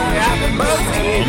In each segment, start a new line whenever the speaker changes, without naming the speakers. From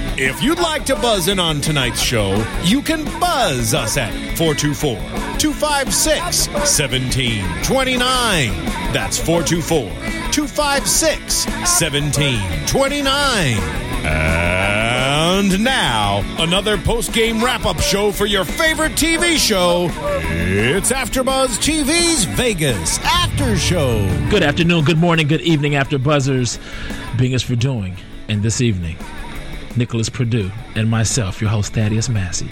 If you'd like to buzz in on tonight's show, you can buzz us at 424 256 1729. That's 424 256 1729. And now, another post game wrap up show for your favorite TV show. It's AfterBuzz TV's Vegas After Show.
Good afternoon, good morning, good evening, after buzzers. Bing is for doing, and this evening, Nicholas Purdue and myself, your host Thaddeus Massey,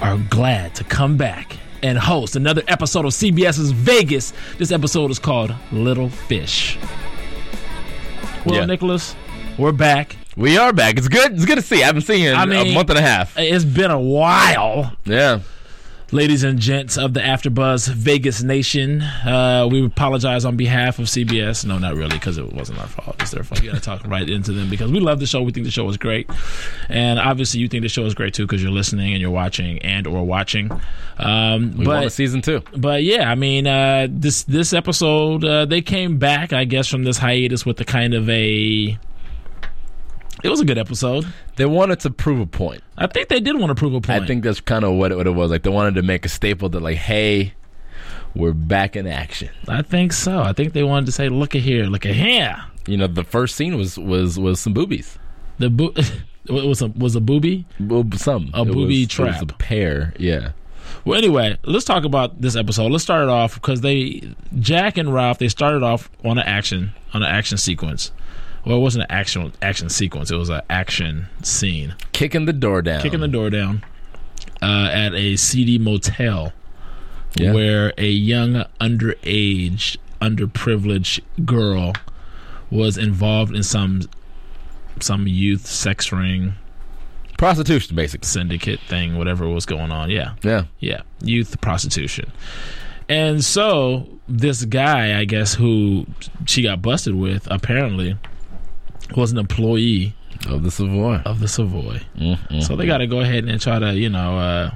are glad to come back and host another episode of CBS's Vegas. This episode is called Little Fish. Well,
Yeah.
Nicholas, we're back.
We are back. It's good. It's good to see. you. I haven't seen you in
I mean-
a month and a half.
It's been a while.
Yeah.
Ladies and gents of the AfterBuzz Vegas Nation, uh, we apologize on behalf of CBS. No, not really, because it wasn't our fault. It's their fault. You got to talk right into them because we love the show. We think the show is great, and obviously you think the show is great too because you're listening and you're watching and or watching. Um,
We want a
but
season two.
but yeah, I mean uh, this this episode uh, they came back, I guess, from this hiatus with a kind of a. It was a good episode.
They wanted to prove a point.
I think they did want to prove a point.
I think that's kind of what it, what it was. Like they wanted to make a staple that like, hey, we're back in action.
I think so. I think they wanted to say, "Look at here, look at here."
You know, the first scene was was was some boobies.
The boo it was a was a booby.
Well, some
A
It was-
boobie
it was
trap.
a pair. Yeah.
Well, anyway, let's talk about this episode. Let's start it off because they Jack and Ralph they started off on an action on an action sequence. Well, it wasn't an action action sequence. It was an action scene.
Kicking the door down.
Kicking the door down uh, at a seedy motel
Yeah.
where a young underage underprivileged girl was involved in some some youth sex ring
prostitution, basically.
syndicate thing, whatever was going on. Yeah.
Yeah.
Yeah, youth prostitution. And so this guy, I guess, who she got busted with, apparently was an employee
Of the Savoy.
of the Savoy.
Mhm.
So they got to go ahead and try to, you know, uh,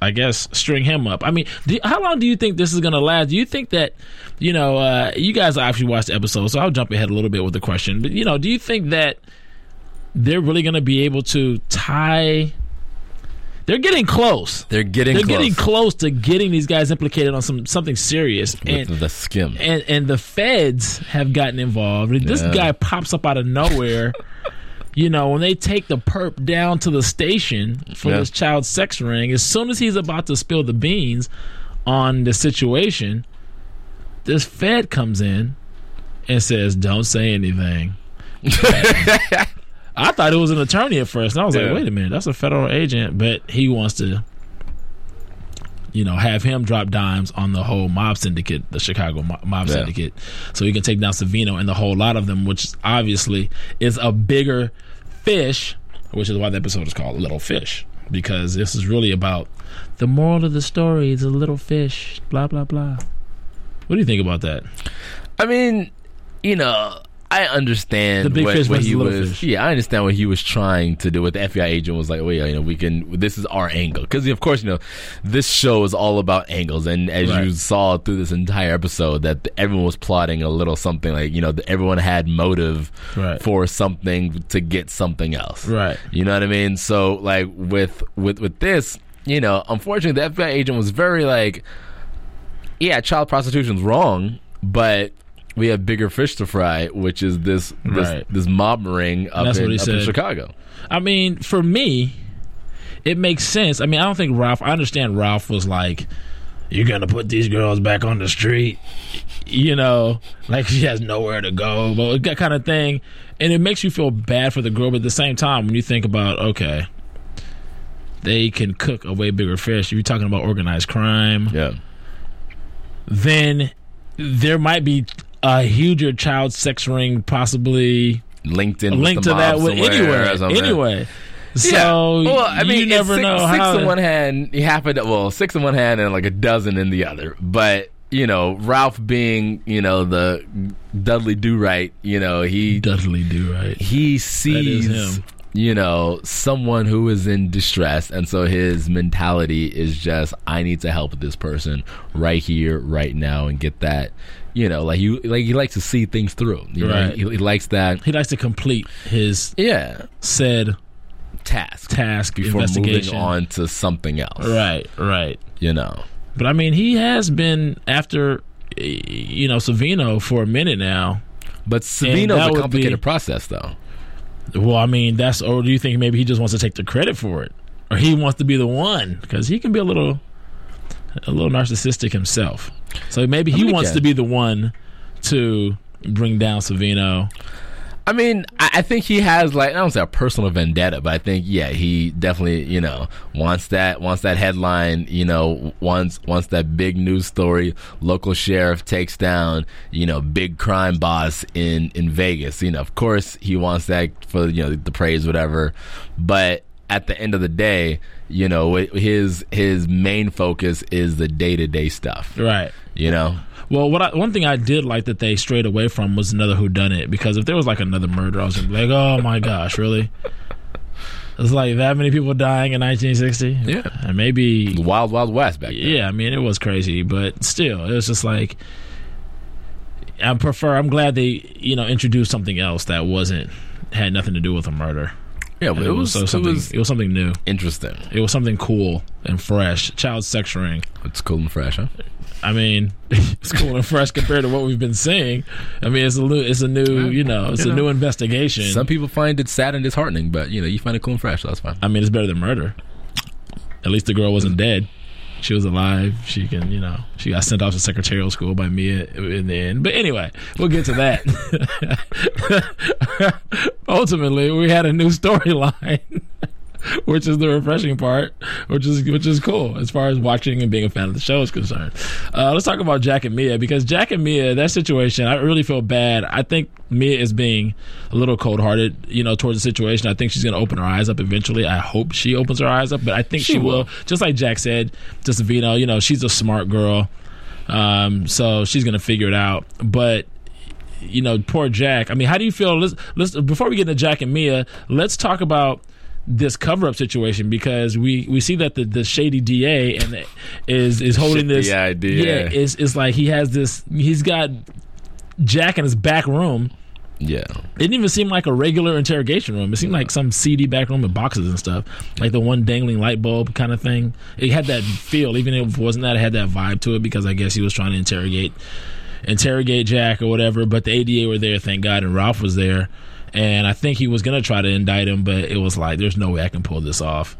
I guess string him up. I mean, do, how long do you think this is going to last? Do you think that, you know, uh, you guys actually watched the episode, so I'll jump ahead a little bit with the question. But you know, do you think that they're really going to be able to tie? They're getting close.
They're getting
They're
close
getting close to getting these guys implicated on some something serious,
with
and
the skim.
and and the feds have gotten involved. And This
Yeah.
guy pops up out of nowhere. you know, when they take the perp down to the station for
Yeah.
this child sex ring, as soon as he's about to spill the beans on the situation, this fed comes in and says, "Don't say anything." I thought it was an attorney at first, and I was
Yeah.
like, "Wait a minute, that's a federal agent," but he wants to, you know, have him drop dimes on the whole mob syndicate, the Chicago mo- mob
Yeah.
syndicate, so he can take down Savino and the whole lot of them, which obviously is a bigger fish, which is why the episode is called Little Fish, because this is really about the moral of the story is a little fish, blah blah blah. What do you think about that?
I mean, you know, I understand
The big
what,
fish
what
versus
he
little
was.
fish.
Yeah, I understand what he was trying to do. What the FBI agent was like, well, yeah, you know, we can. This is our angle because, of course, you know, this show is all about angles, and as you
Right.
saw through this entire episode, that everyone was plotting a little something. Like, you know, that everyone had motive
Right.
for something to get something else.
Right.
You know what I mean? So like with with with this, you know, unfortunately the FBI agent was very like, yeah, child prostitution's wrong, but we have bigger fish to fry, which is this this
Right.
this mob ring up,
That's what
in,
he
up in
said.
Chicago.
I mean, for me, it makes sense. I mean, I don't think Ralph. I understand Ralph was like, "You're gonna put these girls back on the street," you know, like she has nowhere to go, but that kind of thing. And it makes you feel bad for the girl, but at the same time, when you think about, okay, they can cook a way bigger fish. You're talking about organized crime.
Yeah.
Then there might be a huger child sex ring, possibly
Linked in. with
linked
the
to that
mob
with
somewhere
anyway.
or something.
Anyway.
Yeah.
So
well, I mean,
you
it's
never
six,
know
six
how
in one hand, he happened. Well, six in one hand and like a dozen in the other. But you know, Ralph being you know the Dudley Do Right, you know he
Dudley do right.
he sees
him.
you know someone who is in distress, and so his mentality is just, I need to help this person right here, right now, and get that. You know, like you like he likes to see things through. You know,
Right.
he, he likes that.
He likes to complete his
Yeah,
said
task
task
before
investigation.
moving on to something else.
Right, right.
You know.
But I mean, he has been after eh, you know Savino for a minute now.
But Savino's
that
a
would
complicated
be-
process, though.
Well, I mean, that's or do you think maybe he just wants to take the credit for it, or he wants to be the one because he can be a little, a little narcissistic himself. So maybe he
mean, he
wants
can.
to be the one to bring down Savino.
I mean, I, I think he has like I don't say a personal vendetta, but I think yeah, he definitely you know wants that wants that headline. You know, wants wants that big news story. Local sheriff takes down you know big crime boss in in Vegas. You know, of course he wants that for you know the praise whatever, but at the end of the day, you know his his main focus is the day to day stuff.
Right.
You know,
Well, what I, one thing I did like that they strayed away from was another Who Done It because if there was like another murder, I was gonna be like, oh my gosh, really? It's like that many people dying in 1960.
Yeah.
and maybe
the wild wild west back then.
yeah, I mean, it was crazy, but still, it was just like I prefer. I'm glad they you know introduced something else that wasn't had nothing to do with a murder.
Yeah,
And
but it was,
so
it
something.
was
it was something new.
interesting.
It was something cool and fresh. Child sex ring.
It's cool and fresh, huh?
I mean, it's cool and fresh compared to what we've been seeing. I mean, it's a new, it's a new, you know, it's
You
a
know.
new investigation.
Some people find it sad and disheartening, but you know, you find it cool and fresh, so that's fine.
I mean, it's better than murder. At least the girl wasn't dead. She was alive. She can, you know, she got sent off to secretarial school by me in the end. But anyway, we'll get to that. Ultimately, we had a new storyline, which is the refreshing part, which is which is cool as far as watching and being a fan of the show is concerned. Uh, let's talk about Jack and Mia because Jack and Mia, that situation, I really feel bad. I think Mia is being a little cold hearted, you know, towards the situation. I think she's going to open her eyes up eventually. I hope she opens her eyes up, but I think she, will. Just like Jack said, just Vino, you know, she's a smart girl. Um, so she's going to figure it out. But you know, poor Jack. I mean, how do you feel? Let's let's before we get into Jack and Mia, let's talk about this cover-up situation because we we see that the, the shady DA and the- is is holding this
DI, DA.
yeah is is like he has this he's got Jack in his back room.
Yeah.
It didn't even seem like a regular interrogation room. It seemed like some seedy back room with boxes and stuff, like the one dangling light bulb kind of thing. It had that feel, even if it wasn't that, it had that vibe to it because I guess he was trying to interrogate, interrogate Jack or whatever. But the ADA were there, thank God, and Ralph was there, and I think he was gonna try to indict him, but it was like, there's no way I can pull this off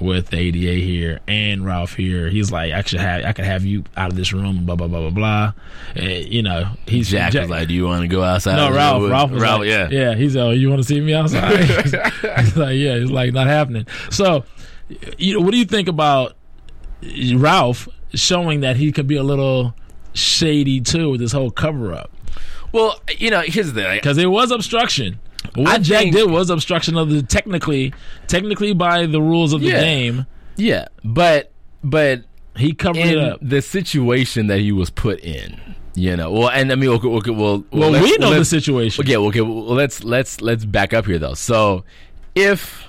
with the ADA here and Ralph here. He's like, I should have, I could have you out of this room, blah blah blah blah blah. And, you know, he's
Jack, was like, "Do you want to go outside?"
no,
It
Ralph.
was-
Ralph was
Ralph,
like,
yeah.
yeah. He's like, you want to see me outside? he's like, yeah. He's like, not happening. So, you know, what do you think about Ralph showing that he could be a little shady too with this whole cover up?
Well, you know, here's the thing. like,
Because it was obstruction. What
I
Jack
think-
did was obstruction of the technically, technically by the rules of the
Yeah.
game,
yeah, but but
he covered it
in
up.
the situation that he was put in, you know. Well, and I mean, okay, okay, well,
Well,
let's-
we know the
let's-
situation.
Okay, okay. Well, let's let's let's back up here though. So, if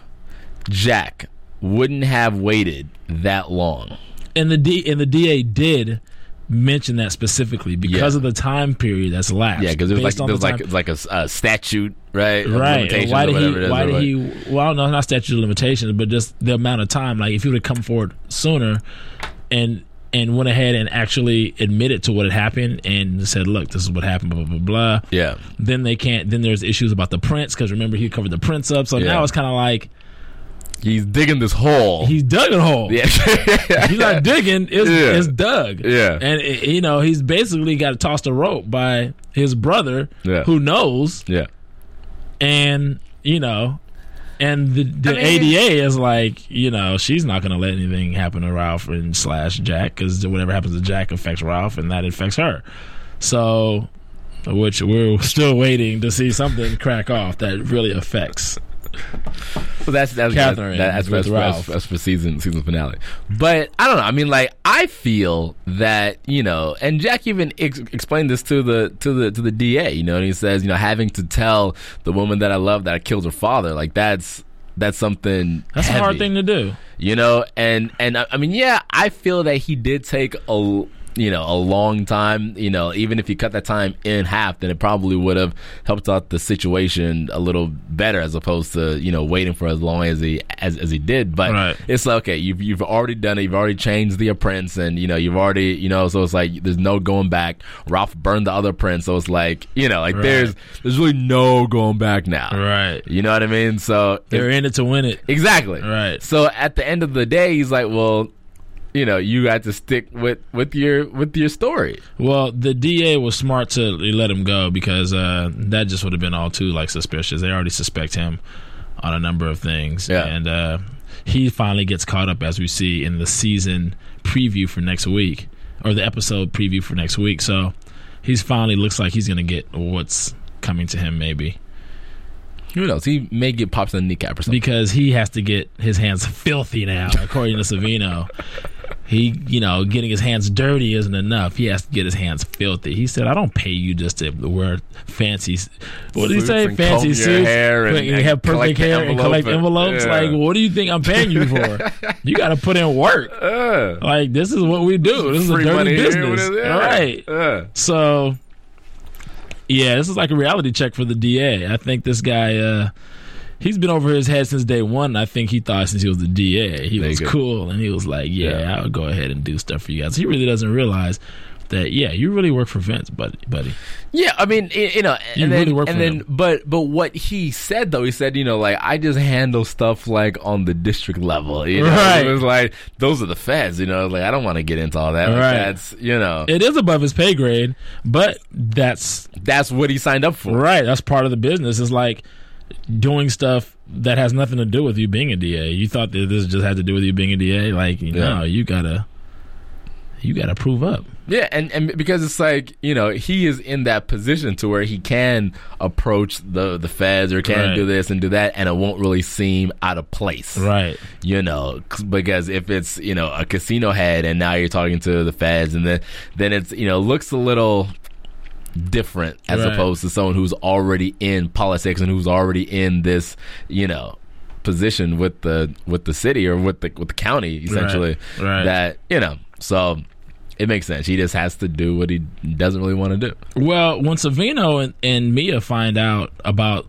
Jack wouldn't have waited that long,
and the D and the DA did mention that specifically because
Yeah.
of the time period that's lapsed.
yeah, because it was like
based on
there was
the
like
time-
like a, s- a statute, right? of
Right. And
limitations
Why
or
did
whatever it
he?
is,
Why
or
did
what-
he? Well, no, not statute of limitations, but just the amount of time. Like if he would have come forward sooner, and and went ahead and actually admitted to what had happened and said, "Look, this is what happened." Blah blah blah. blah.
Yeah.
Then they can't. Then there's issues about the prints because remember he covered the prints up. So
Yeah.
now it's kind of like
He's digging this hole.
he's dug a hole.
yeah.
He's not digging. It's,
Yeah.
it's Doug.
Yeah.
And, it- you know, he's basically got tossed a rope by his brother
Yeah.
who knows.
yeah.
And, you know, and the, the
mean-
ADA is like, you know, she's not going to let anything happen to Ralph and slash Jack because whatever happens to Jack affects Ralph and that affects her. So, which we're still waiting to see something crack off that really affects.
Well, that's that's
Catherine
That's,
with
that's, that's,
Ralph.
that's for season season finale. But I don't know. I mean, like I feel that you know, and Jack even ex- explained this to the to the to the DA. You know, and he says, you know, having to tell the woman that I love that I killed her father, like that's that's something
That's a hard
heavy
thing to do.
you know and and I, I mean yeah i feel that he did take a l- you know a long time you know even if you cut that time in half then it probably would have helped out the situation a little better as opposed to you know waiting for as long as he as, as he did but
Right.
it's like okay you've, you've already done it you've already changed the apprentice and you know you've already you know so it's like there's no going back ralph burned the other prince so it's like you know like
Right.
there's there's really no going back now
Right.
you know what i mean so it-
They're in it to win it.
Exactly.
Right.
So at the end of the day, he's like, well, you know, you got to stick with with your with your story.
Well, the DA was smart to let him go because uh, that just would have been all too like suspicious. They already suspect him on a number of things,
Yeah.
and uh, he finally gets caught up as we see in the season preview for next week or the episode preview for next week. So he's finally looks like he's gonna get what's coming to him maybe
Who knows? He may get pops in the kneecap or something.
because he has to get his hands filthy now according to savino he you know getting his hands dirty isn't enough he has to get his hands filthy he said i don't pay you just to wear fancy what did he
Suits
say
and comb
fancy
your
suits
hair and-
and,
and
have perfect
collect the
hair and
envelope
collect
and-
envelopes
yeah.
like what do you think i'm paying you for you gotta put in work
Uh,
like this is what we do this is a
free
dirty
money here,
business
what is it?
all right
Uh,
so, yeah, this is like a reality check for the DA. I think this guy, uh, he's been over his head since day one. I think he thought since he was the DA, he
There you
was
go.
cool and he was like, yeah,
Yeah.
I'll go ahead and do stuff for you guys. He really doesn't realize that, yeah, you really work for Vince, buddy. buddy.
yeah, I mean, y- you know, and
You
then,
really work
and
for
then
him.
but but what he said though, he said, you know, like I just handle stuff like on the district level. You know?
Right.
It was like those are the feds. You know, like I don't want to get into all that. Like,
Right.
That's you know,
It is above his pay grade, but that's
that's what he signed up for.
right. That's part of the business. It's like doing stuff that has nothing to do with you being a DA. You thought that this just had to do with you being a DA. Like, no, you gotta, you gotta prove up.
Yeah, and, and because it's like, you know, he is in that position to where he can approach the, the feds or can
Right.
do this and do that, and it won't really seem out of place.
Right.
You know, c- because if it's, you know, a casino head and now you're talking to the feds and then, then it's, you know, looks a little different as
Right.
opposed to someone who's already in politics and who's already in this, you know, position with the with the city or with the with the county essentially
Right.
that you know so it makes sense he just has to do what he doesn't really want to do
Well, when Savino and, and Mia find out about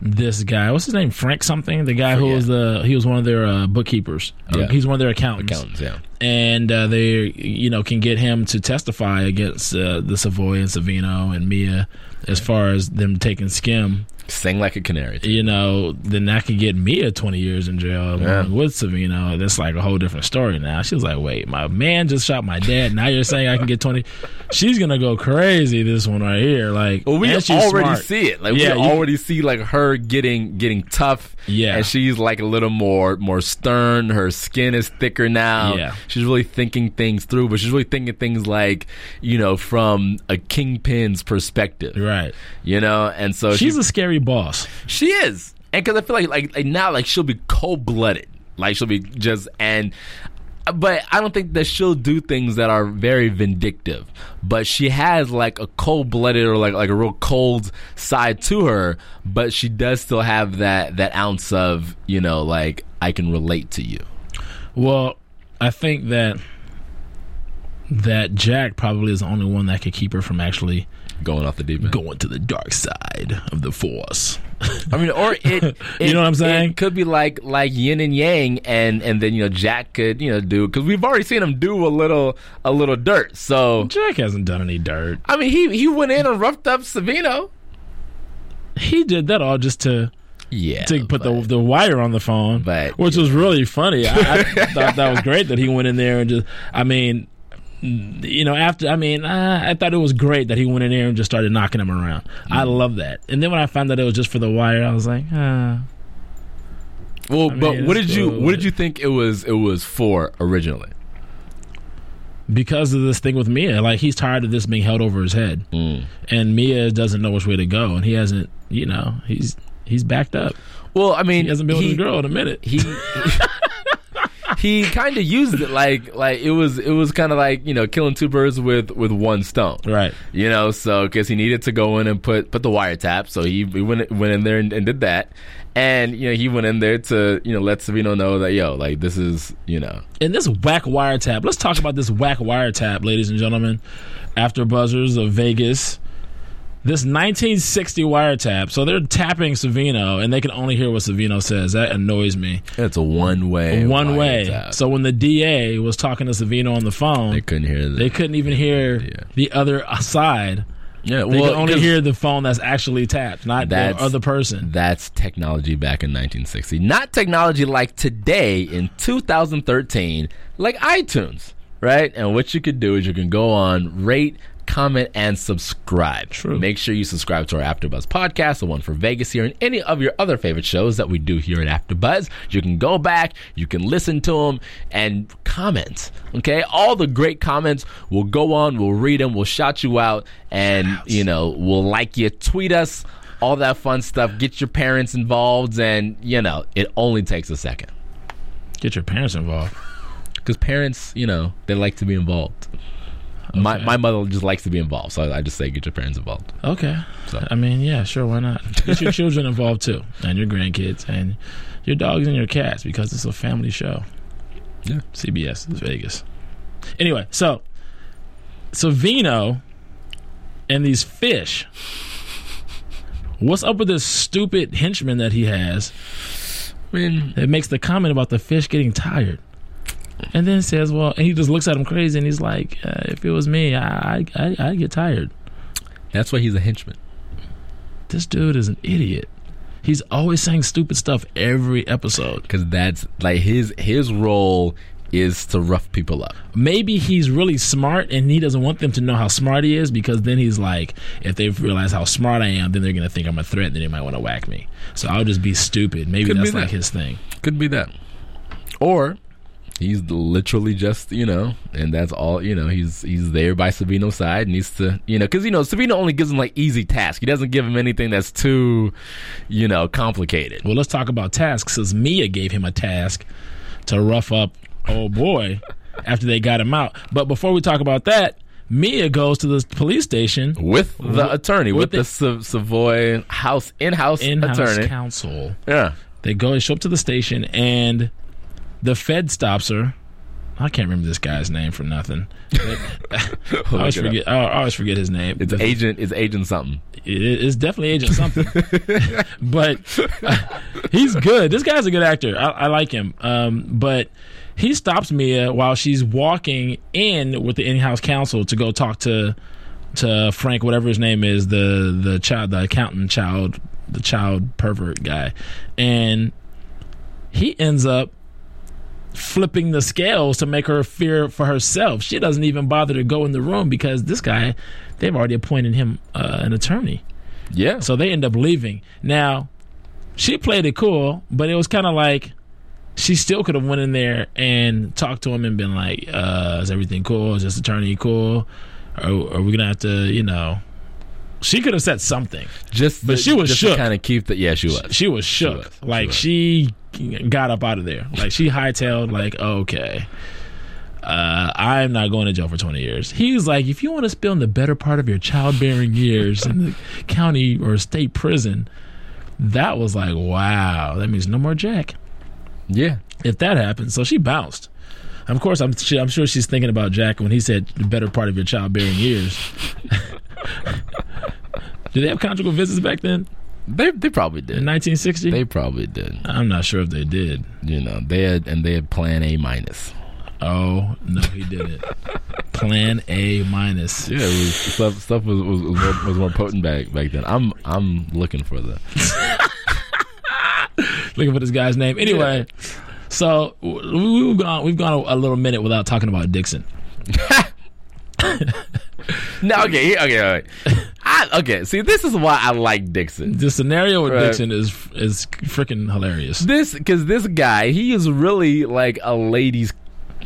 this guy, what's his name? Frank something. The guy who
Yeah.
was the he was one of their uh, bookkeepers. Or
Yeah.
He's one of their accountants.
accountants yeah
and uh, they you know can get him to testify against uh, the Savoy and Savino and Mia as far as them taking skim.
sing like a canary
You know, then that could get Mia twenty years in jail along
Yeah.
with Savino. That's like a whole different story now. She was like, "Wait, my man just shot my dad. Now you're saying I can get 20? She's gonna go crazy. This one right here, like,
well, we
and
already
she's smart.
see it. Like
Yeah,
we
you-
already see like her getting getting tough.
Yeah.
and she's like a little more more stern. Her skin is thicker now.
Yeah.
she's really thinking things through, but she's really thinking things like you know from a kingpin's perspective.
right.
You know, and so she-
She's a scary boss.
She is, and because I feel like, like like now like she'll be cold blooded, like she'll be just and. But I don't think that she'll do things that are very vindictive. But she has like a cold blooded or like like a real cold side to her. But she does still have that that ounce of you know like I can relate to you.
Well, I think that that Jack probably is the only one that could keep her from actually
Going off the deep end.
going to the dark side of the force.
I mean, or it, it
You know what I'm saying?
It could be like like yin and yang, and and then you know Jack could you know do because we've already seen him do a little a little dirt. So
Jack hasn't done any dirt.
I mean, he he went in and roughed up Savino.
He did that all just to
Yeah,
to put the the wire on the phone,
but-
which was really funny. I, I thought that was great that he went in there and just. I mean, you know, after I mean, I, I thought it was great that he went in there and just started
Mm-hmm.
knocking him around. I love that. And then when I found out it was just for the wire, I was like, ah.
Well,
mean,
but what
it's
did you
still-
what did you think it was it was for originally?
because of this thing with Mia. Like he's tired of this being held over his head,
Mm.
and Mia doesn't know which way to go, and he hasn't. You know, he's he's backed up.
Well, I mean,
He hasn't been with
he-
his girl in a minute.
he he kind of used it like like it was it was kind of like you know killing two birds with with one stone
right.
you know so because he needed to go in and put put the wiretap so he, he went went in there and, and did that and you know he went in there to you know let Savino know that yo like this is you know
And this whack wiretap. Let's talk about this whack wiretap, ladies and gentlemen. After buzzers of Vegas. This 1960 wiretap. So they're tapping Savino, and they can only hear what Savino says. That annoys me.
it's a one way
One way.
so
So when the DA was talking to Savino on the phone,
they couldn't hear that
They couldn't even hear
Yeah.
the other side. They
yeah well
could only
'cause
hear the phone that's actually tapped, not the
That's-
other person.
that's technology back in 1960 not technology like today in 2013 like itunes right and what you could do is you can go on rate comment and subscribe
True.
make sure you subscribe to our afterbuzz podcast the one for vegas here and any of your other favorite shows that we do here at afterbuzz you can go back you can listen to them and comment okay all the great comments we'll go on we'll read them we'll shout you out and you know we'll like you tweet us all that fun stuff. Get your parents involved, and you know it only takes a second
Get your parents involved.
because parents, you know, they like to be involved. My my mother just likes to be involved, so I, I just say get your parents involved.
Okay.
So-
I mean, yeah, sure, why not? Get your children involved too, and your grandkids, and your dogs and your cats, because it's a family show.
Yeah.
CBS is Vegas. Anyway, so so Vino and these fish. What's up with this stupid henchman that he has?
I mean,
that makes the comment about the fish getting tired. And then says, "Well," and he just looks at him crazy, and he's like, uh, "If it was me, I, I, I I'd get tired."
that's why he's a henchman.
This dude is an idiot. He's always saying stupid stuff every episode.
Because that's like his his role is to rough people up.
Maybe he's really smart, and he doesn't want them to know how smart he is because then he's like, if they realize how smart I am, then they're gonna think I'm a threat, and then they might want to whack me. So I'll just be stupid. Maybe
Could be
that's like
that.
his thing.
Could be that, or he's literally just you know, and that's all you know. He's he's there by Savino's side, needs to you know, because you know Savino only gives him like easy tasks. He doesn't give him anything that's too, you know, complicated.
Well, let's talk about tasks. Since Mia gave him a task to rough up old boy after they got him out. But before we talk about that, Mia goes to the police station,
With the attorney,
with
with, the,
the-
Sa- Savoy house in-house,
in-house
attorney,
counsel.
yeah,
They go and show up to the station, and the Fed stops her. I can't remember this guy's name for nothing. I always
Look it up.
forget. I always forget his name.
It's
The-
agent. It's agent something.
it- it's definitely Agent something. but he's good. This guy's a good actor. I, I like him. Um, but he stops Mia while she's walking in with the in-house counsel to go talk to to Frank, whatever his name is, the the child, the accountant child, the child pervert guy, and he ends up flipping the scales to make her fear for herself. She doesn't even bother to go in the room because this guy, they've already appointed him uh, an attorney.
Yeah.
So they end up leaving. Now, she played it cool, but it was kind of like she still could have went in there and talked to him and been like, uh, "Is everything cool? Is this attorney cool? Are, are we gonna have to, you know?" She could have said something.
just,
but she was shook.
kind of keep that. Yeah, she was.
She was shook.
was. She
like
was.
she, got up out of there. Like she hightailed. Like okay. Uh, I'm not going to jail for 20 years. He's like, if you want to spend the better part of your childbearing years in the county or state prison, that was like, wow, that means no more Jack
yeah.
if that happens. So she bounced. Of course, I'm she, I'm sure she's thinking about Jack when he said the better part of your childbearing years. Did they have conjugal visits back then
They they probably
in
did.
1960?
They probably did.
I'm not sure if they did.
You know, they had and they had plan A minus.
Oh no, he didn't. Plan A minus.
Yeah, it was, stuff stuff was was, was, more, was more potent back back then. I'm I'm looking for the
Looking for this guy's name. Anyway, so w- we've gone we've gone a, a little minute without talking about Dixon.
no. Okay, he- okay, all right. I, okay, see, this is why I like Dixon.
The scenario with
Right.
Dixon is is freaking hilarious.
This because this guy, he is really like a ladies,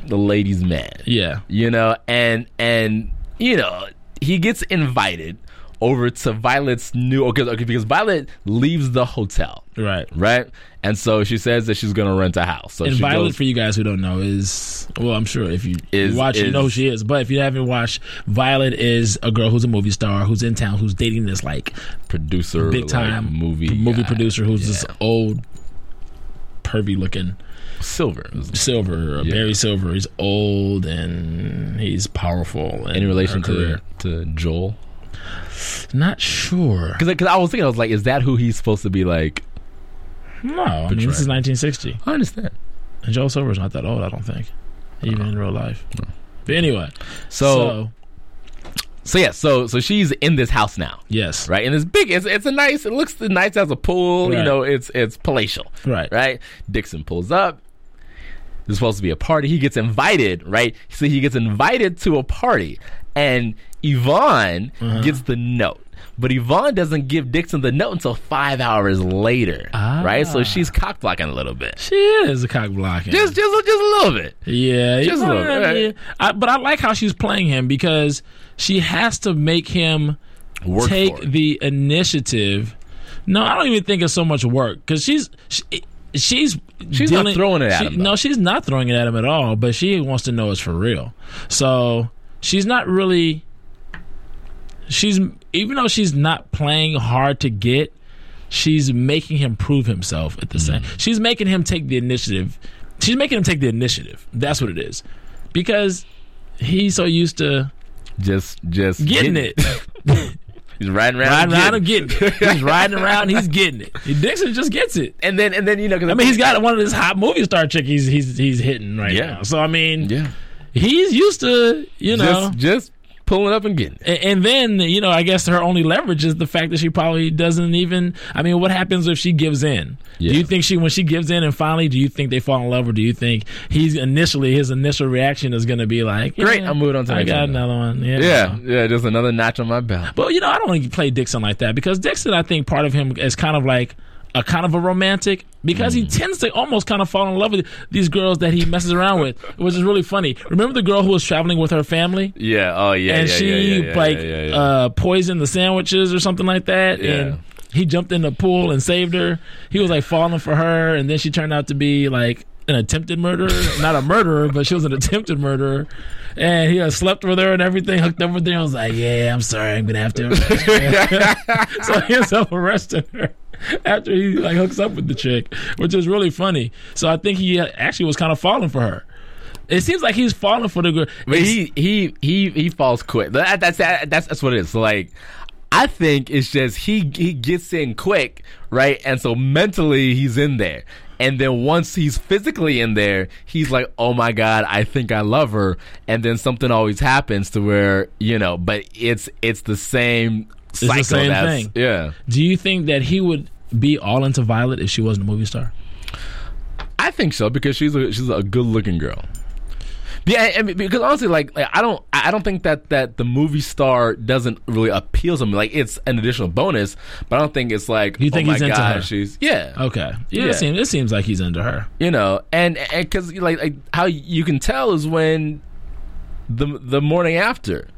the ladies man.
Yeah.
you know, and and you know he gets invited over to Violet's new okay, okay because Violet leaves the hotel,
Right.
right? And so she says that she's gonna rent a house. So
And
she
Violet,
goes,
for you guys who don't know, is well, I'm sure if you
Is-
watch, you
is-
know who she is. But if you haven't watched, Violet is a girl who's a movie star who's in town who's dating this like
producer,
big
like,
time
movie
movie
guy.
producer who's this
Yeah.
old pervy looking
Silver. Is
Silver or
Yeah.
Barry Silver. He's old and he's powerful.
In relation
her
to
career.
to Joel,
not sure.
because I was thinking I was like, is that who he's supposed to be like?
No, I mean this is 1960.
I understand.
And Joel Silver's not that old, I don't think, even in real life. But anyway, so,
So, so yeah, so so she's in this house now,
yes,
right? And it's big. It's it's a nice. It looks nice as a pool. You
Right.
know, it's it's palatial.
right,
right? Dixon pulls up. There's supposed to be a party. He gets invited, right? So he gets invited to a party, and Yvonne
Uh-huh.
gets the note. But Yvonne doesn't give Dixon the note until five hours later, right?
Ah.
So she's cock blocking a little bit,
She is a cock blocking.
just just just a little bit.
yeah,
just a
yeah,
little, right.
yeah. I, but I like how she's playing him because she has to make him
Work
take
for it.
the initiative. No, I don't even think it's so much work because she's she, she's
She's not
dealing-
throwing it at
she-
him, though.
No, she's not throwing it at him at all. But she wants to know it's for real. So she's not really. She's even though she's not playing hard to get, she's making him prove himself at the same.
Mm.
She's making him take the initiative. She's making him take the initiative. That's what it is, because he's so used to
just just
getting it.
He's riding
riding
around,
around and
getting it.
getting it. He's riding around, he's getting it. Dixon just gets it.
and then and then you know, 'cause
I mean, he's got one of this hot movie star chick he's he's he's hitting right
Yeah.
now. So I mean,
yeah,
he's used to you know.
just just pulling up and getting it.
A- and then you know, I guess her only leverage is the fact that she probably doesn't even. I mean, what happens if she gives in?
Yeah.
Do you think she, when she gives in, and finally, do you think they fall in love, or do you think he's initially his initial reaction is going to be like,
Great,
yeah,
I'm moving on to the
I
next
got
one.
another one. Yeah,
Yeah, yeah, just another notch on my belt.
But you know, I don't want to play Dixon like that because Dixon, I think part of him is kind of like a kind of a romantic because
Mm.
he tends to almost kind of fall in love with these girls that he messes around with, which is really funny. Remember the girl who was traveling with her family?
Yeah. Oh yeah.
and
yeah,
she
yeah, yeah, yeah,
like
yeah, yeah, yeah.
uh poisoned the sandwiches or something like that
Yeah.
and he jumped in the pool and saved her he was like falling for her and then she turned out to be like an attempted murderer not a murderer but she was an attempted murderer and he uh, slept with her and everything hooked up with her i was like yeah i'm sorry i'm gonna have to arrest her." so he ends up arresting her after he like hooks up with the chick which is really funny so i think he uh, actually was kind of falling for her it seems like he's falling for the girl
But he he he he falls quick. That, that's that, that's that's what it is. So like, I think it's just he he gets in quick, right? And so mentally he's in there, and then once he's physically in there, he's like, oh my god, I think I love her. And then something always happens to where you know, but it's it's the same.
the
Cycle
same
that's,
thing.
Yeah,
Do you think that he would be all into Violet if she wasn't a movie star?
I think so because she's a she's a good looking girl. Yeah, I mean, because honestly, like, like I don't I I don't think that that the movie star doesn't really appeal to me. Like it's an additional bonus, but I don't think it's like
You think
oh
he's
my
into
god,
her? Uh,
she's yeah,
Okay. Yeah,
Yeah.
It, seems, it seems like he's into her.
you know, and because like, like how you can tell is when the the morning after,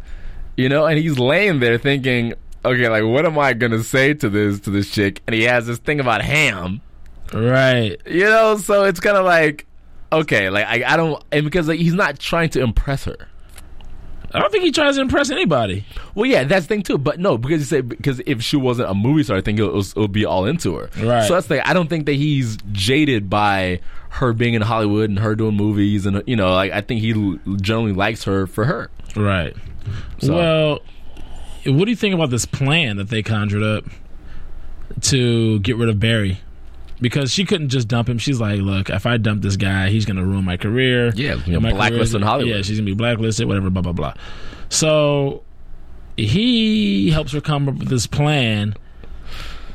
you know, and he's laying there thinking, okay, like what am I gonna say to this to this chick? And he has this thing about ham.
Right.
You know, so it's kind of like, okay, like I, I don't, and because like he's not trying to impress her.
I don't think he tries to impress anybody.
Well, yeah, that's the thing too. But no, because you say because if she wasn't a movie star, I think it will it'll be all into her.
Right.
So that's the. I don't think that he's jaded by her being in Hollywood and her doing movies, and you know, like I think he l- generally likes her for her.
Right.
So-
Well, what do you think about this plan that they conjured up to get rid of Barry? Because she couldn't just dump him. She's like, look, if I dump this guy, he's going to ruin my career.
Yeah, you know,
My
blacklisted in
career's-
Hollywood.
Yeah, she's going to be blacklisted, whatever, blah, blah, blah. So he helps her come up with this plan,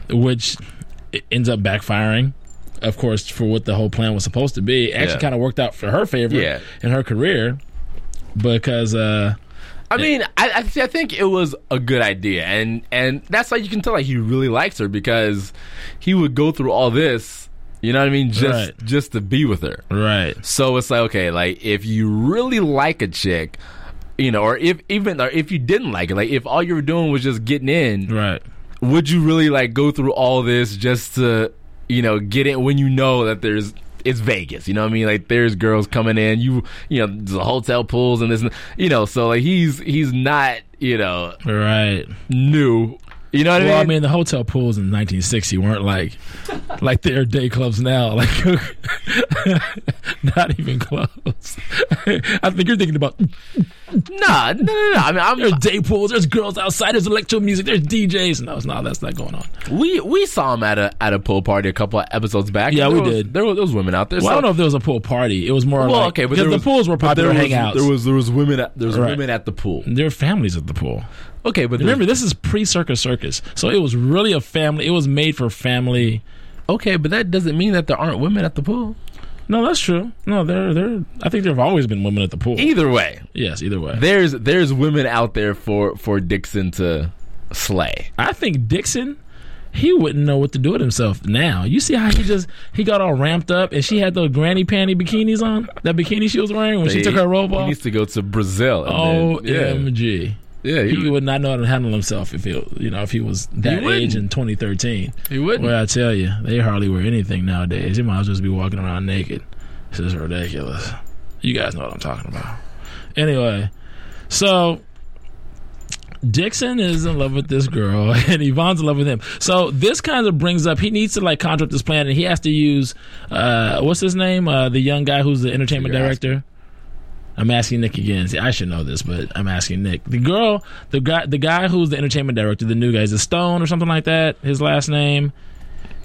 which it ends up backfiring. Of course, for what the whole plan was supposed to be, It actually
Yeah.
kind of worked out for her favor
Yeah.
in her career because uh,
I mean, I, I, see, I think it was a good idea, and and that's how you can tell like he really likes her because he would go through all this, you know what I mean, just
Right.
just to be with her.
Right.
So it's like okay, like if you really like a chick, you know, or if even or if you didn't like it, like if all you were doing was just getting in,
Right.
would you really like go through all this just to you know get it when you know that there's it's Vegas, you know what I mean? Like there's girls coming in, you you know the hotel pools and this, and- you know. So like he's he's not you know
Right.
new, you know what
Well, I
I mean?
mean, the hotel pools in 1960 weren't like like their day clubs now. Like, not even close. I think you're thinking about
nah, no, no, no. I mean, I'm
there's day pools, there's girls outside, there's electro music, there's DJs. No, it's not. That's not going on.
we we saw him at a at a pool party a couple of episodes back.
Yeah,
There
we
was-
did.
There was, there was women out there.
Well, I
so-
don't know if there was a pool party. It was more
Well,
like
okay, but
because
there
the
was-
pools were
but there
popular
was-
hangouts.
There was there was women at, there was
Right.
women at the pool.
there were families at the pool.
Okay, but
Remember,
there's-
this is pre Circus Circus, so it was really a family. It was made for family.
okay, but that doesn't mean that there aren't women at the pool.
No, that's true. No, there, there. I think there have always been women at the pool.
Either way,
yes, either way.
there's there's women out there for for Dixon to slay.
I think Dixon, he wouldn't know what to do with himself now. You see how he just he got all ramped up, and she had those granny panty bikinis on. That bikini she was wearing when she took her robe
He
off.
needs to go to Brazil. and then-
Omg.
yeah, yeah,
He
he,
would not know how to handle himself if he, you know, if he was that
wouldn't.
age in 2013.
He wouldn't.
Well, I tell you, they hardly wear anything nowadays. You might as well just be walking around naked. This is ridiculous. You guys know what I'm talking about. Anyway, so Dixon is in love with this girl, and Yvonne's in love with him. So this kind of brings up he needs to like conjure up this plan, and he has to use uh, what's his name, uh, the young guy who's the entertainment
You're
director. I'm asking Nick again. See, I should know this, but I'm asking Nick. The girl, the guy, the guy who's the entertainment director, the new guy is a Stone or something like that. His last name.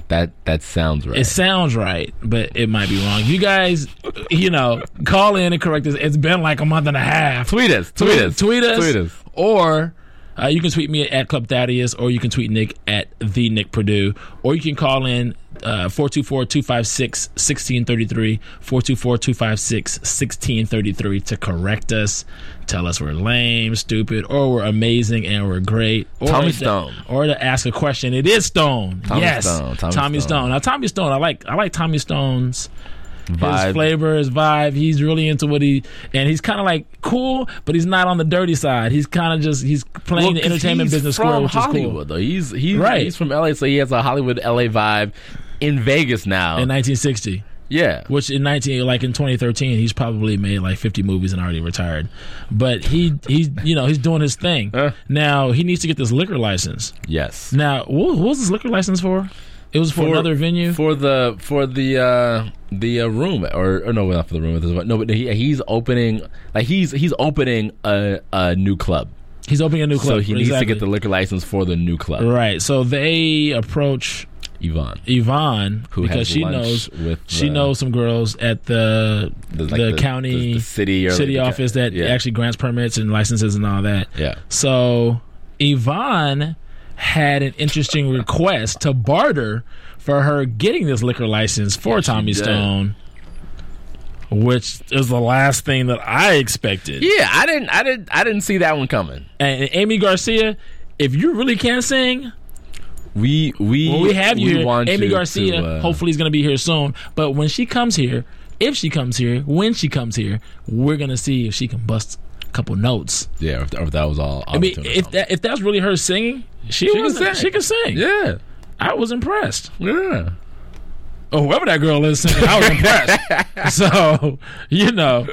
that that sounds right.
It sounds right, but it might be wrong. You guys, you know, call in and correct us. It's been like a month and a half.
tweet us, tweet us,
tweet us,
tweet us.
or. Uh, you can tweet me at Club Thaddeus, or you can tweet Nick at the Nick Purdue, or you can call in uh, 424 256 1633, 424 256 1633 to correct us, tell us we're lame, stupid, or we're amazing and we're great. Or
Tommy
to-
Stone.
Or to ask a question. It is Stone.
Tommy
yes.
Stone, Tommy Stone.
Stone. Now, Tommy Stone, I like I like Tommy Stone's his
Vibe.
flavor, his vibe. He's really into what he and he's kind of like cool, but he's not on the dirty side. He's kind of just he's playing
Well,
the
'cause
entertainment
he's
business
from
square, which is
Hollywood
cool.
though. He's he's
Right.
he's from LA, so he has a Hollywood LA vibe in Vegas now.
In 1960,
yeah,
which in 19 like in 2013, he's probably made like 50 movies and already retired. But he he's you know he's doing his thing
Huh.
now. He needs to get this liquor license.
yes.
Now, what, what was this liquor license for? It was for, another venue.
for the for the uh the uh, room or, or no not for the room no but he, he's opening like he's he's opening a, a new club
he's opening a new club.
so he needs to
Exactly.
get the liquor license for the new club
right. So they approach
Yvonne
Yvonne
who
because
has
she
lunch
knows
with
she
the-
knows some girls at the the,
like
county
the, the city or
city
like the-
office that
yeah.
actually grants permits and licenses and all that.
yeah
So Yvonne had an interesting request to barter for her getting this liquor license for Tommy
did.
Stone, which is the last thing that I expected.
yeah I didn't I didn't I didn't see that one coming
And Amy Garcia, if you really can't sing,
we we
Well, we have you here.
want
Amy
you
Garcia
to, uh,
hopefully is going to be here soon. But when she comes here, if she comes here, when she comes here, we're going to see if she can bust a couple notes.
yeah if, if that was all
I mean, if that if that's really her singing, she,
can
was
sing.
she can sing.
yeah
I was impressed.
yeah
Or whoever that girl is singing, I was impressed. so you know,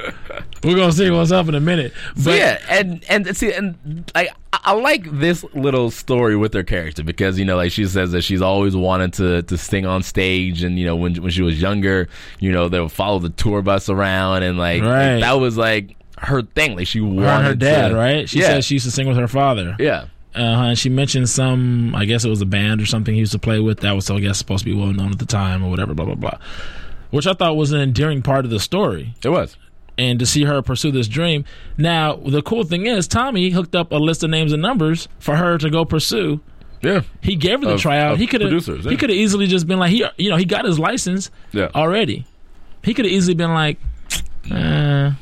we're gonna see what's up in a minute. But
So yeah, and and see, and like I, I like this little story with her character because you know, like she says that she's always wanted to to sing on stage, and you know, when when she was younger, you know, they would follow the tour bus around, and like
Right.
that was like her thing. Like she
her
wanted
and her dad,
to-
right? She
yeah,
said she used to sing with her father.
yeah,
Uh-huh, and she mentioned some, I guess it was a band or something he used to play with that was, I guess, supposed to be well known at the time or whatever, blah, blah, blah. Which I thought was an endearing part of the story.
it was.
And to see her pursue this dream. Now, the cool thing is, Tommy hooked up a list of names and numbers for her to go pursue.
Yeah,
He gave her the
Of-
tryout.
of
He could have
producers, yeah.
he could have easily just been like he you know he got his license
Yeah.
already. He could have easily been like, uh,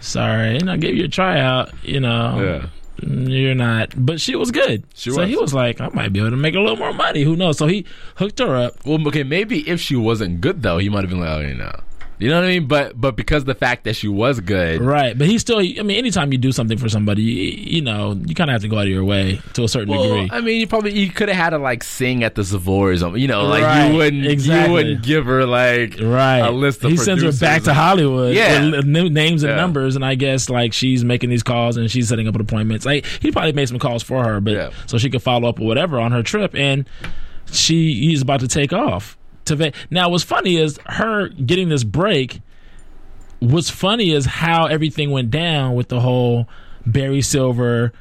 sorry, you know, I gave you a tryout, you know, you're not. But she was good.
She
so
was.
he was like, I might be able to make a little more money. Who knows? So he hooked her up.
Well, okay, maybe if she wasn't good though, he might have been like, oh, you know, you know what I mean. But but because the fact that she was good,
Right. But he still, I mean, anytime you do something for somebody, you, you know, you kind of have to go out of your way to a certain
Well,
degree.
I mean, you probably you could have had her like sing at the Savoy or something. You know, like
Right,
you wouldn't
exactly.
you wouldn't give her like
Right,
a list of
he sends her back
producers.
to Hollywood.
Yeah.
with new names and
Yeah.
numbers, and I guess like she's making these calls and she's setting up appointments. Like he probably made some calls for her, but
Yeah.
so she could follow up or whatever on her trip. And she he's about to take off to Ve- now. What's funny is her getting this break. What's funny is how everything went down with the whole Barry Silver,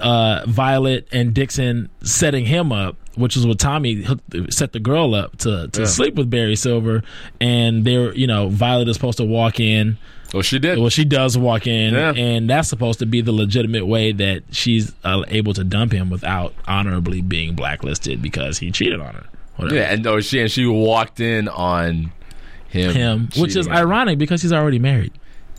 uh, Violet, and Dixon setting him up, which is what Tommy hooked, set the girl up to to sleep with Barry Silver, and they were you know Violet is supposed to walk in.
Well, she did.
Well, she does walk in,
Yeah.
and that's supposed to be the legitimate way that she's uh, able to dump him without honorably being blacklisted because he cheated on her. Whatever.
yeah, and no, she and she walked in on him,
Him, which is
cheating.
ironic because he's already married.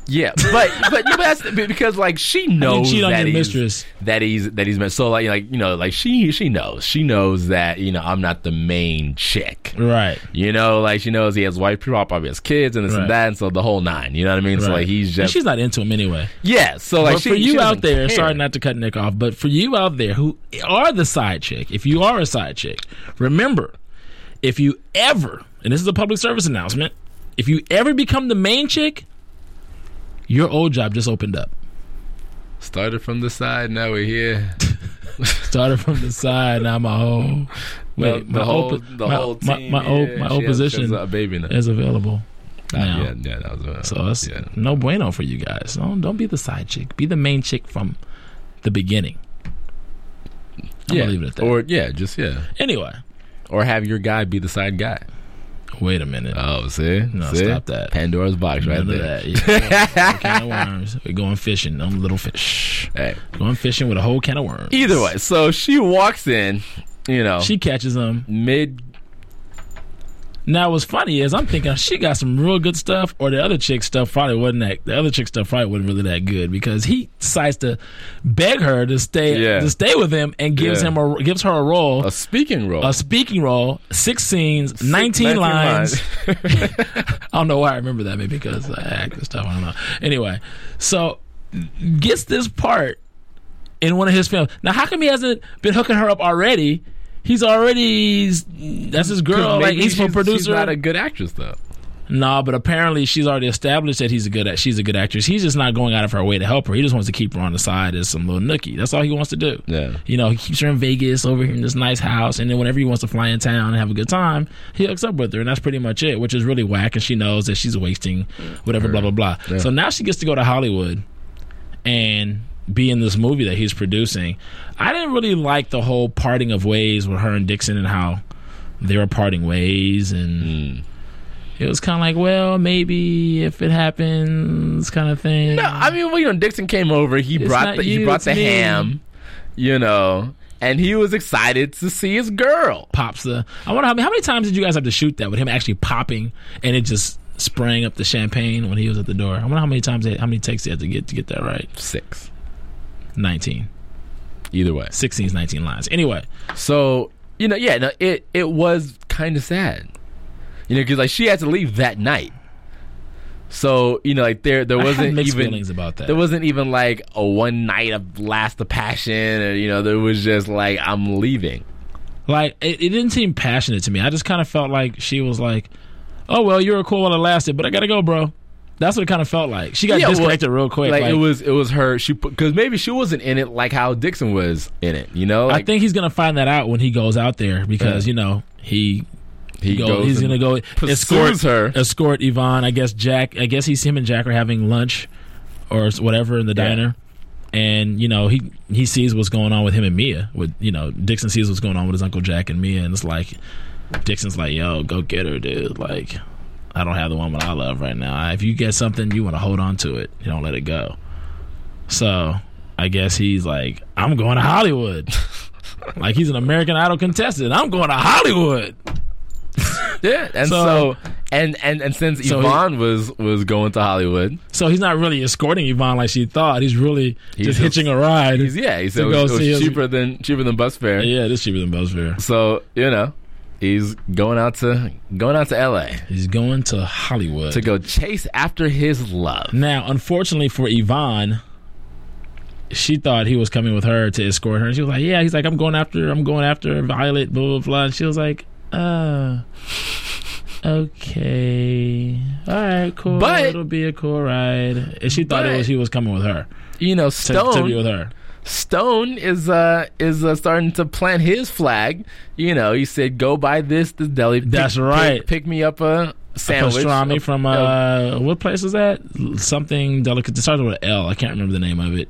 Yeah, but but, but that's because like she knows
cheat on
that
your
he's
mistress.
that he's that he's met. So like like you know like she she knows she knows that you know I'm not the main chick.
Right.
You know, like she knows he has white people, probably has kids and this
Right.
and that, and so the whole nine. You know what I mean? So
right.
like he's
And
just
she's not into him anyway.
yeah. So like
but
she,
for you
she
out
doesn't
there,
care.
sorry not to cut Nick off, but for you out there who are the side chick, if you are a side chick, remember, if you ever, and this is a public service announcement, if you ever become the main chick, your old job just opened up.
Started from the side, now we're here.
Started from the side, now my whole
The,
wait,
the
my
whole,
open-
the
my,
whole
my,
team.
my, old,
yeah,
my
she
old
has- she has
position
a baby now.
is available. now.
Yeah, yeah, that was uh,
So that's
yeah.
no bueno for you guys. Don't don't be the side chick. Be the main chick from the beginning. I'm
yeah.
gonna leave it at that.
Or yeah, just yeah,
anyway,
or have your guy be the side guy.
wait a minute.
Oh, see,
No,
see?
stop that.
Pandora's box right
None of
there.
that. Yeah. Whole can of worms. We're going fishing. I'm little fish.
Hey,
Going fishing with a whole can of worms.
either way, so she walks in, you know,
She catches them.
mid
Now, what's funny is I'm thinking she got some real good stuff, or the other chick stuff probably wasn't that. The other chick stuff probably wasn't really that good because he decides to beg her to stay
Yeah.
to stay with him and gives
Yeah.
him a gives her a role
a speaking role.
a speaking role, six scenes, 19,
19
lines. I don't know why I remember that, maybe because I act and stuff. I don't know. Anyway, so gets this part in one of his films. Now, how come he hasn't been hooking her up already? He's already that's his girl. Like
Maybe
he's a
she's- She's
producer.
not a good actress though.
nah, but apparently she's already established that he's a good act- she's a good actress. He's just not going out of her way to help her. He just wants to keep her on the side as some little nookie. That's all he wants to do.
Yeah.
You know, he keeps her in Vegas over here in this nice house, and then whenever he wants to fly in town and have a good time, he hooks up with her, and that's pretty much it, which is really whack, and she knows that she's wasting whatever, blah, blah, blah. So now she gets to go to Hollywood and be in this movie that he's producing. I didn't really like the whole parting of ways with her and Dixon and how they were parting ways and
Hmm.
it was kind of like well maybe if it happens kind of thing
No, I mean, well, you know, Dixon came over. He
It's not
brought the,
you,
he brought
it's
the
me.
ham, you know, and he was excited to see his girl.
pops the. I wonder how many, how many times did you guys have to shoot that with him actually popping and it just spraying up the champagne when he was at the door. I wonder how many times they, how many takes they had to get to get that right.
Six,
19.
either way.
16 is 19 lines. Anyway,
So you know, yeah, no, it it was kind of sad, you know, because like she had to leave that night. So you know, like there there
I had
wasn't
mixed
even
feelings about that.
There wasn't even like a one night of last of passion, or you know, there was just like I'm leaving.
like it, it didn't seem passionate to me. I just kind of felt like she was like, "Oh well, you were cool while it lasted, but I gotta go, bro." That's what it kind of felt like. She got
well,
disconnected real quick.
Like,
like-
it was, it was her. She because maybe she wasn't in it like how Dixon was in it. You know,
I
Like,
think he's gonna find that out when he goes out there because
Yeah.
you know he
he
go- he's
and
gonna go escort
pursues her.
escort Yvonne. I guess Jack. I guess he's him and Jack are having lunch or s- whatever in the
Yeah.
diner, and you know he he sees what's going on with him and Mia. With you know Dixon sees what's going on with his uncle Jack and Mia, and it's like Dixon's like, "Yo, go get her, dude!" Like. I don't have the woman I love right now. If you get something, you want to hold on to it. You don't let it go. So I guess he's like, I'm going to Hollywood. like he's an American Idol contestant. I'm going to Hollywood.
Yeah, and
So,
so, and and and since
So he-
Yvonne was was going to Hollywood,
So he's not really escorting Yvonne like she thought. He's really
He's
just
a-
hitching a ride.
he's yeah, he said
To
it
go
was, it was
see his-
cheaper than cheaper than bus fare.
yeah, this cheaper than Buzzfear.
So you know, he's going out to going out to L.A.
He's going to Hollywood.
to go chase after his love.
Now, unfortunately for Yvonne, she thought he was coming with her to escort her. And she was like, Yeah, he's like, I'm going after, I'm going after Violet, blah, blah, blah. And she was like, Uh, okay. All right, cool.
But-
It'll be a cool ride. And she thought
But-
it was he was coming with her
You know,
to, to be with
Stone
her.
Stone is uh is uh, starting to plant his flag. You know, he said, "Go buy this this deli. Pick,
That's right.
Pick, pick me up a sandwich,
Pastrami
a-
from,
a-
uh, what place was that? Something delicate. It started with an L. I can't remember the name of it.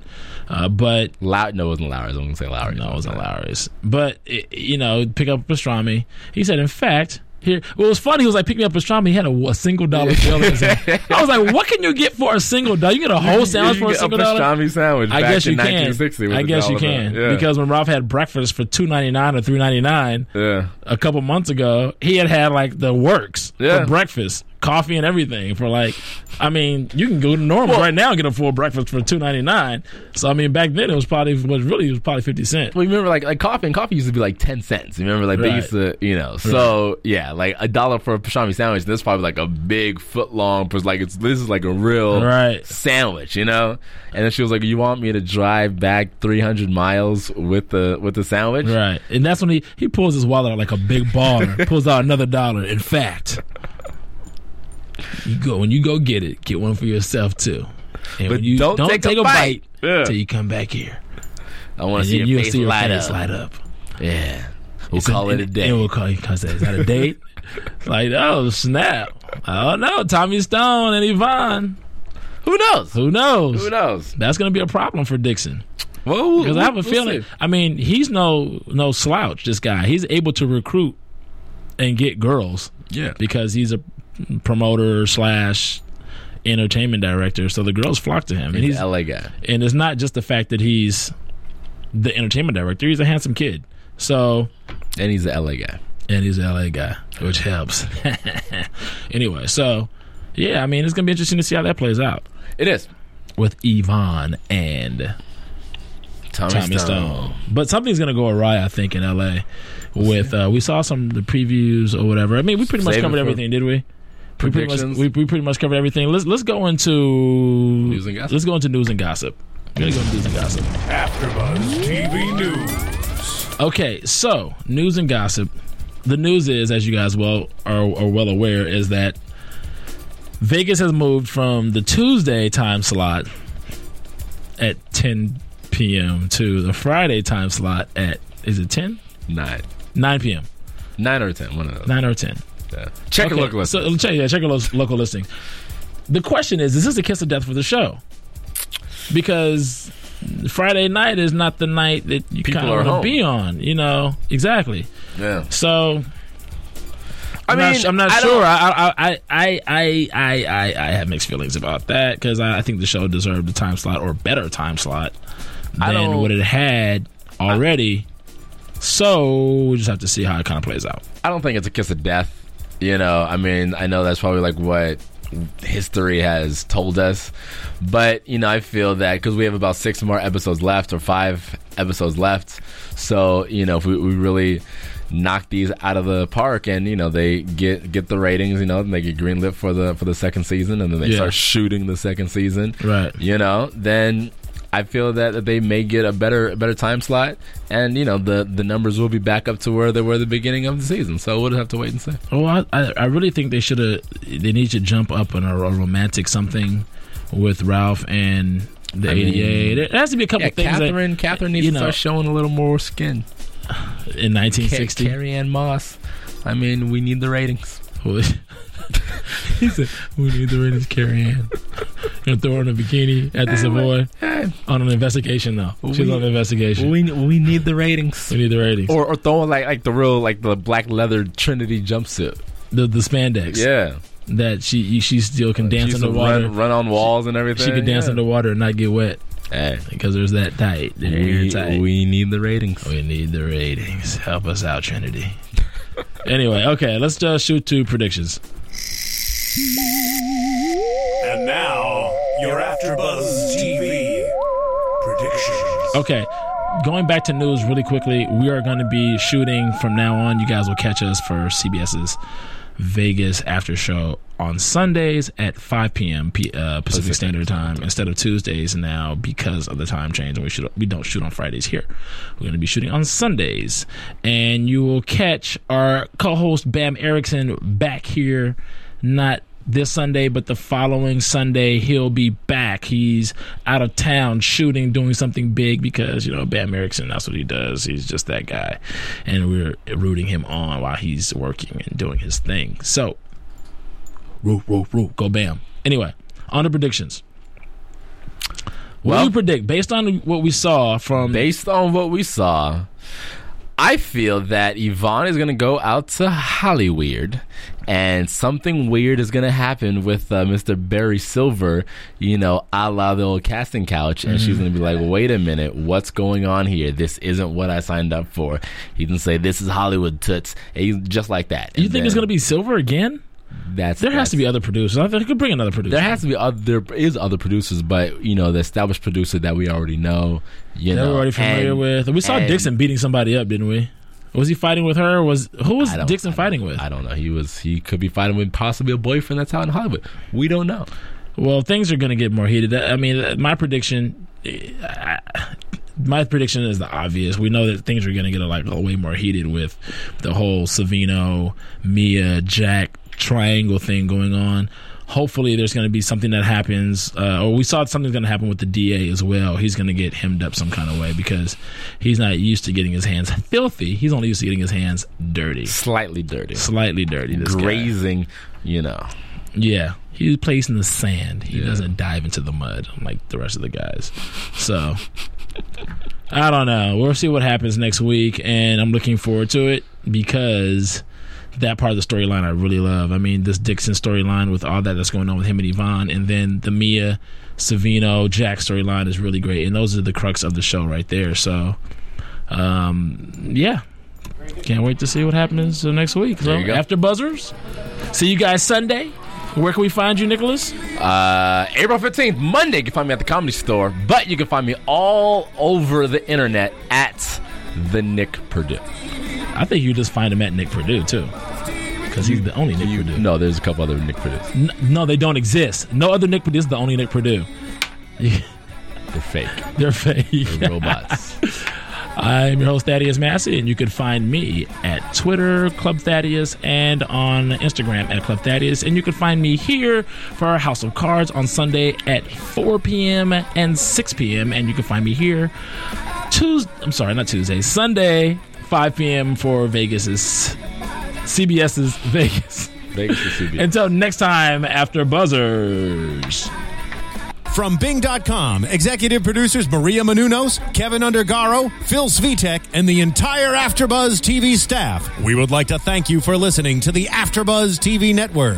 Uh, but
Low- no, it wasn't Lowry's. I'm gonna say Lowry's.
No, it wasn't Lowry's. But i you know, pick up pastrami. He said, in fact, here. Well, it was funny. He was like, pick me up pastrami. He had a, a single dollar bill. in his hand. I was like, what can you get for a single dollar? You can get a whole sandwich
You
for a
get
single
a
dollar.
pastrami sandwich.
I
back
guess
in
you can.
1960 with
I
a
guess you
dollar
can
bill. Yeah.
because when Ralph had breakfast for two ninety nine or three ninety nine
yeah.
a couple months ago, he had had like the works
Yeah.
for breakfast, coffee and everything for like. I mean, you can go to normal right now and get a full breakfast for two ninety nine. So I mean, back then it was probably was really it was probably fifty cent.
Well, you remember like like coffee and coffee used to be like ten cents. You remember like they
Right.
used to, you know. So yeah, like a dollar for a pastrami sandwich. That's probably like a big foot long. pers- Like it's this is like a real
Right.
sandwich, you know. And then she was like, "You want me to drive back three hundred miles with the with the sandwich?"
Right. And that's when he, he pulls his wallet out like a big baller, pulls out another dollar. In fact, you go when you go get it, get one for yourself too. And
But
when you
don't take a bite. Yeah.
till you come back here.
I want
And
to see
then
your
you'll
face
see your
light
face
up.
light up.
Yeah, we'll
So-
call it
and-
a day.
And we'll call you cause is that a date? like, oh snap. Oh no, Tommy Stone and Yvonne.
Who knows?
Who knows?
Who knows?
That's gonna be a problem for Dixon.
Well,
Because I have a feeling. I mean, he's no no slouch. This guy, he's able to recruit and get girls
Yeah.
because he's a promoter slash entertainment director. So the girls flock to him, and
He's
he's
an LA guy.
and it's not just the fact that he's the entertainment director. He's a handsome kid. So
And he's an LA guy.
and he's an LA guy, which helps. anyway, so yeah, I mean, it's gonna be interesting to see how that plays out
It is.
with Yvonne and
Tommy,
Tommy Stone. But something's gonna go awry, I think, in LA. With uh, we saw some of the previews or whatever. I mean, we pretty much
Save it
covered
for
everything, did we? We pretty, much,
predictions.
we, we pretty much covered everything. Let's let's go into news
and gossip?
Let's go into news and gossip. We're gonna go into news and gossip.
AfterBuzz TV News.
Okay, so news and gossip. The news is, as you guys well are, are well aware, is that Vegas has moved from the Tuesday time slot at 10 p.m. to the Friday time slot at is it 10?
Nine.
9 p.m.
Nine or ten. One of those.
9 or 10.
Yeah. Check
Okay,
your local list.
So check, yeah, check your lo- local listing. The question is: Is this the kiss of death for the show? Because Friday night is not the night that you
People
kind
are
of
home.
want to be on. You know exactly.
yeah.
So
I
I'm not
mean,
su- I'm not
I don't-
sure. I I, I I I I I have mixed feelings about that because I, I think the show deserved a time slot or better time slot
I
than
don't-
what it had already. so we just have to see how it kind of plays out.
I don't think it's a kiss of death. You know, I mean, I know that's probably like what history has told us, but you know, I feel that because we have about six more episodes left or five episodes left, so you know, if we, we really knock these out of the park and you know they get get the ratings, you know, and they get greenlit for the for the second season, and then they
Yeah.
start shooting the second season,
Right.
You know, then. I feel that, that they may get a better a better time slot, and you know the, the numbers will be back up to where they were at the beginning of the season. So we'll have to wait and see.
Oh, I, I I really think they should have. They need to jump up on a, a romantic something with Ralph and the
I mean-
ADA. There has to be a couple
Yeah,
things that-
Catherine. Catherine needs
you
to
know,
start showing a little more skin.
in
Ca-
1960.
Carrie Ann Moss. I mean, we need the ratings.
he said, "We need the ratings, Carrie Ann." Gonna throw her in a bikini at the Savoy
Eh,
on an investigation, though. She's
We-
on an investigation. We,
we we need the ratings.
need the ratings.
Or or throwing like like the real like the black leather Trinity jumpsuit.
the the spandex.
Yeah,
That she you- she still can
She
dance
used
in the
to
water.
run, run on walls and everything.
She could dance
yeah.
in the water and not get wet
Hey,
because there's that tight. They're
we,
tight.
we need the ratings.
We need the ratings. Help us out, Trinity. anyway, okay, let's just shoot to predictions.
And now, your AfterBuzz TV predictions.
Okay. Going back to news really quickly, we are going to be shooting from now on. You guys will catch us for CBS's Vegas after show on Sundays at 5 p.m. P- uh, Pacific Standard Time instead of Tuesdays now because of the time change. And we shoot we don't shoot on Fridays here. We're going to be shooting on Sundays, and you will catch our co-host Bam Erickson back here. Not this Sunday, but the following Sunday he'll be back. He's out of town shooting, doing something big because you know Bam Erickson. That's what he does. He's just that guy, and we're rooting him on while he's working and doing his thing. So, root, root, root, go Bam. Anyway, on to predictions. What do
Well-
you predict based on what we saw from?
Based on what we saw, I feel that Yvonne is going to go out to Hollyweird and something weird is going to happen with uh, Mr. Barry Silver, you know, a la the old casting couch. And she's
Mm-hmm.
going to be like, wait a minute, what's going on here? This isn't what I signed up for. He can say, this is Hollywood Toots. And he's just like that.
you think it's going to
to
be Silver again?
That's,
There has
that's-
to be other producers. I think I could bring another producer.
There has to be other there is other producers, but you know the established producer that we already know. You
that
know,
we're already familiar
and-
with. We saw
and-
Dixon beating somebody up, didn't we? Was he fighting with her? Was who was
I don't-
Dixon
I don't-
fighting with?
I don't know. He was he could be fighting with possibly a boyfriend that's out in Hollywood. We don't know.
Well, things are going to get more heated. I mean, my prediction. eh, I- My prediction is the obvious. We know that things are going to get like way more heated with the whole Savino, Mia, Jack triangle thing going on. Hopefully, there's going to be something that happens, uh, or we saw something's going to happen with the DA as well. He's going to get hemmed up some kind of way because he's not used to getting his hands filthy. He's only used to getting his hands dirty,
Slightly dirty,
slightly dirty. This guy.
grazing. You know,
Yeah, he plays in the sand. He doesn't dive into the mud like the rest of the guys. So I don't know. We'll see what happens next week, and I'm looking forward to it because that part of the storyline I really love. I mean, this Dixon storyline with all that that's going on with him and Yvonne, and then the Mia, Savino, Jack storyline is really great, and those are the crux of the show right there. So, um, yeah. Can't wait to see what happens uh, next week. So,
There you go.
after buzzers, see you guys Sunday. Where can we find you, Nicholas?
uh, April fifteenth, Monday. You can find me at the Comedy Store, but you can find me all over the internet at the Nick Purdue.
I think you just find him at Nick Purdue too, because he's the only Nick Purdue.
No, there's a couple other Nick Purdue's.
N- no, they don't exist. No other Nick Purdue. This is the only Nick Purdue.
They're fake.
They're fake.
They're robots.
I'm your host Thaddeus Massey, and you can find me at Twitter Club Thaddeus and on Instagram at Club Thaddeus, and you can find me here for our House of Cards on Sunday at 4 p.m. and 6 p.m. and you can find me here Tuesday. I'm sorry, not Tuesday. Sunday 5 p.m. for Vegas's CBS's Vegas.
Vegas is CBS.
Until next time, after buzzers.
From Bing.com, executive producers Maria Manunos, Kevin Undergaro, Phil Svitek, and the entire Afterbuzz TV staff. We would like to thank you for listening to the Afterbuzz TV network.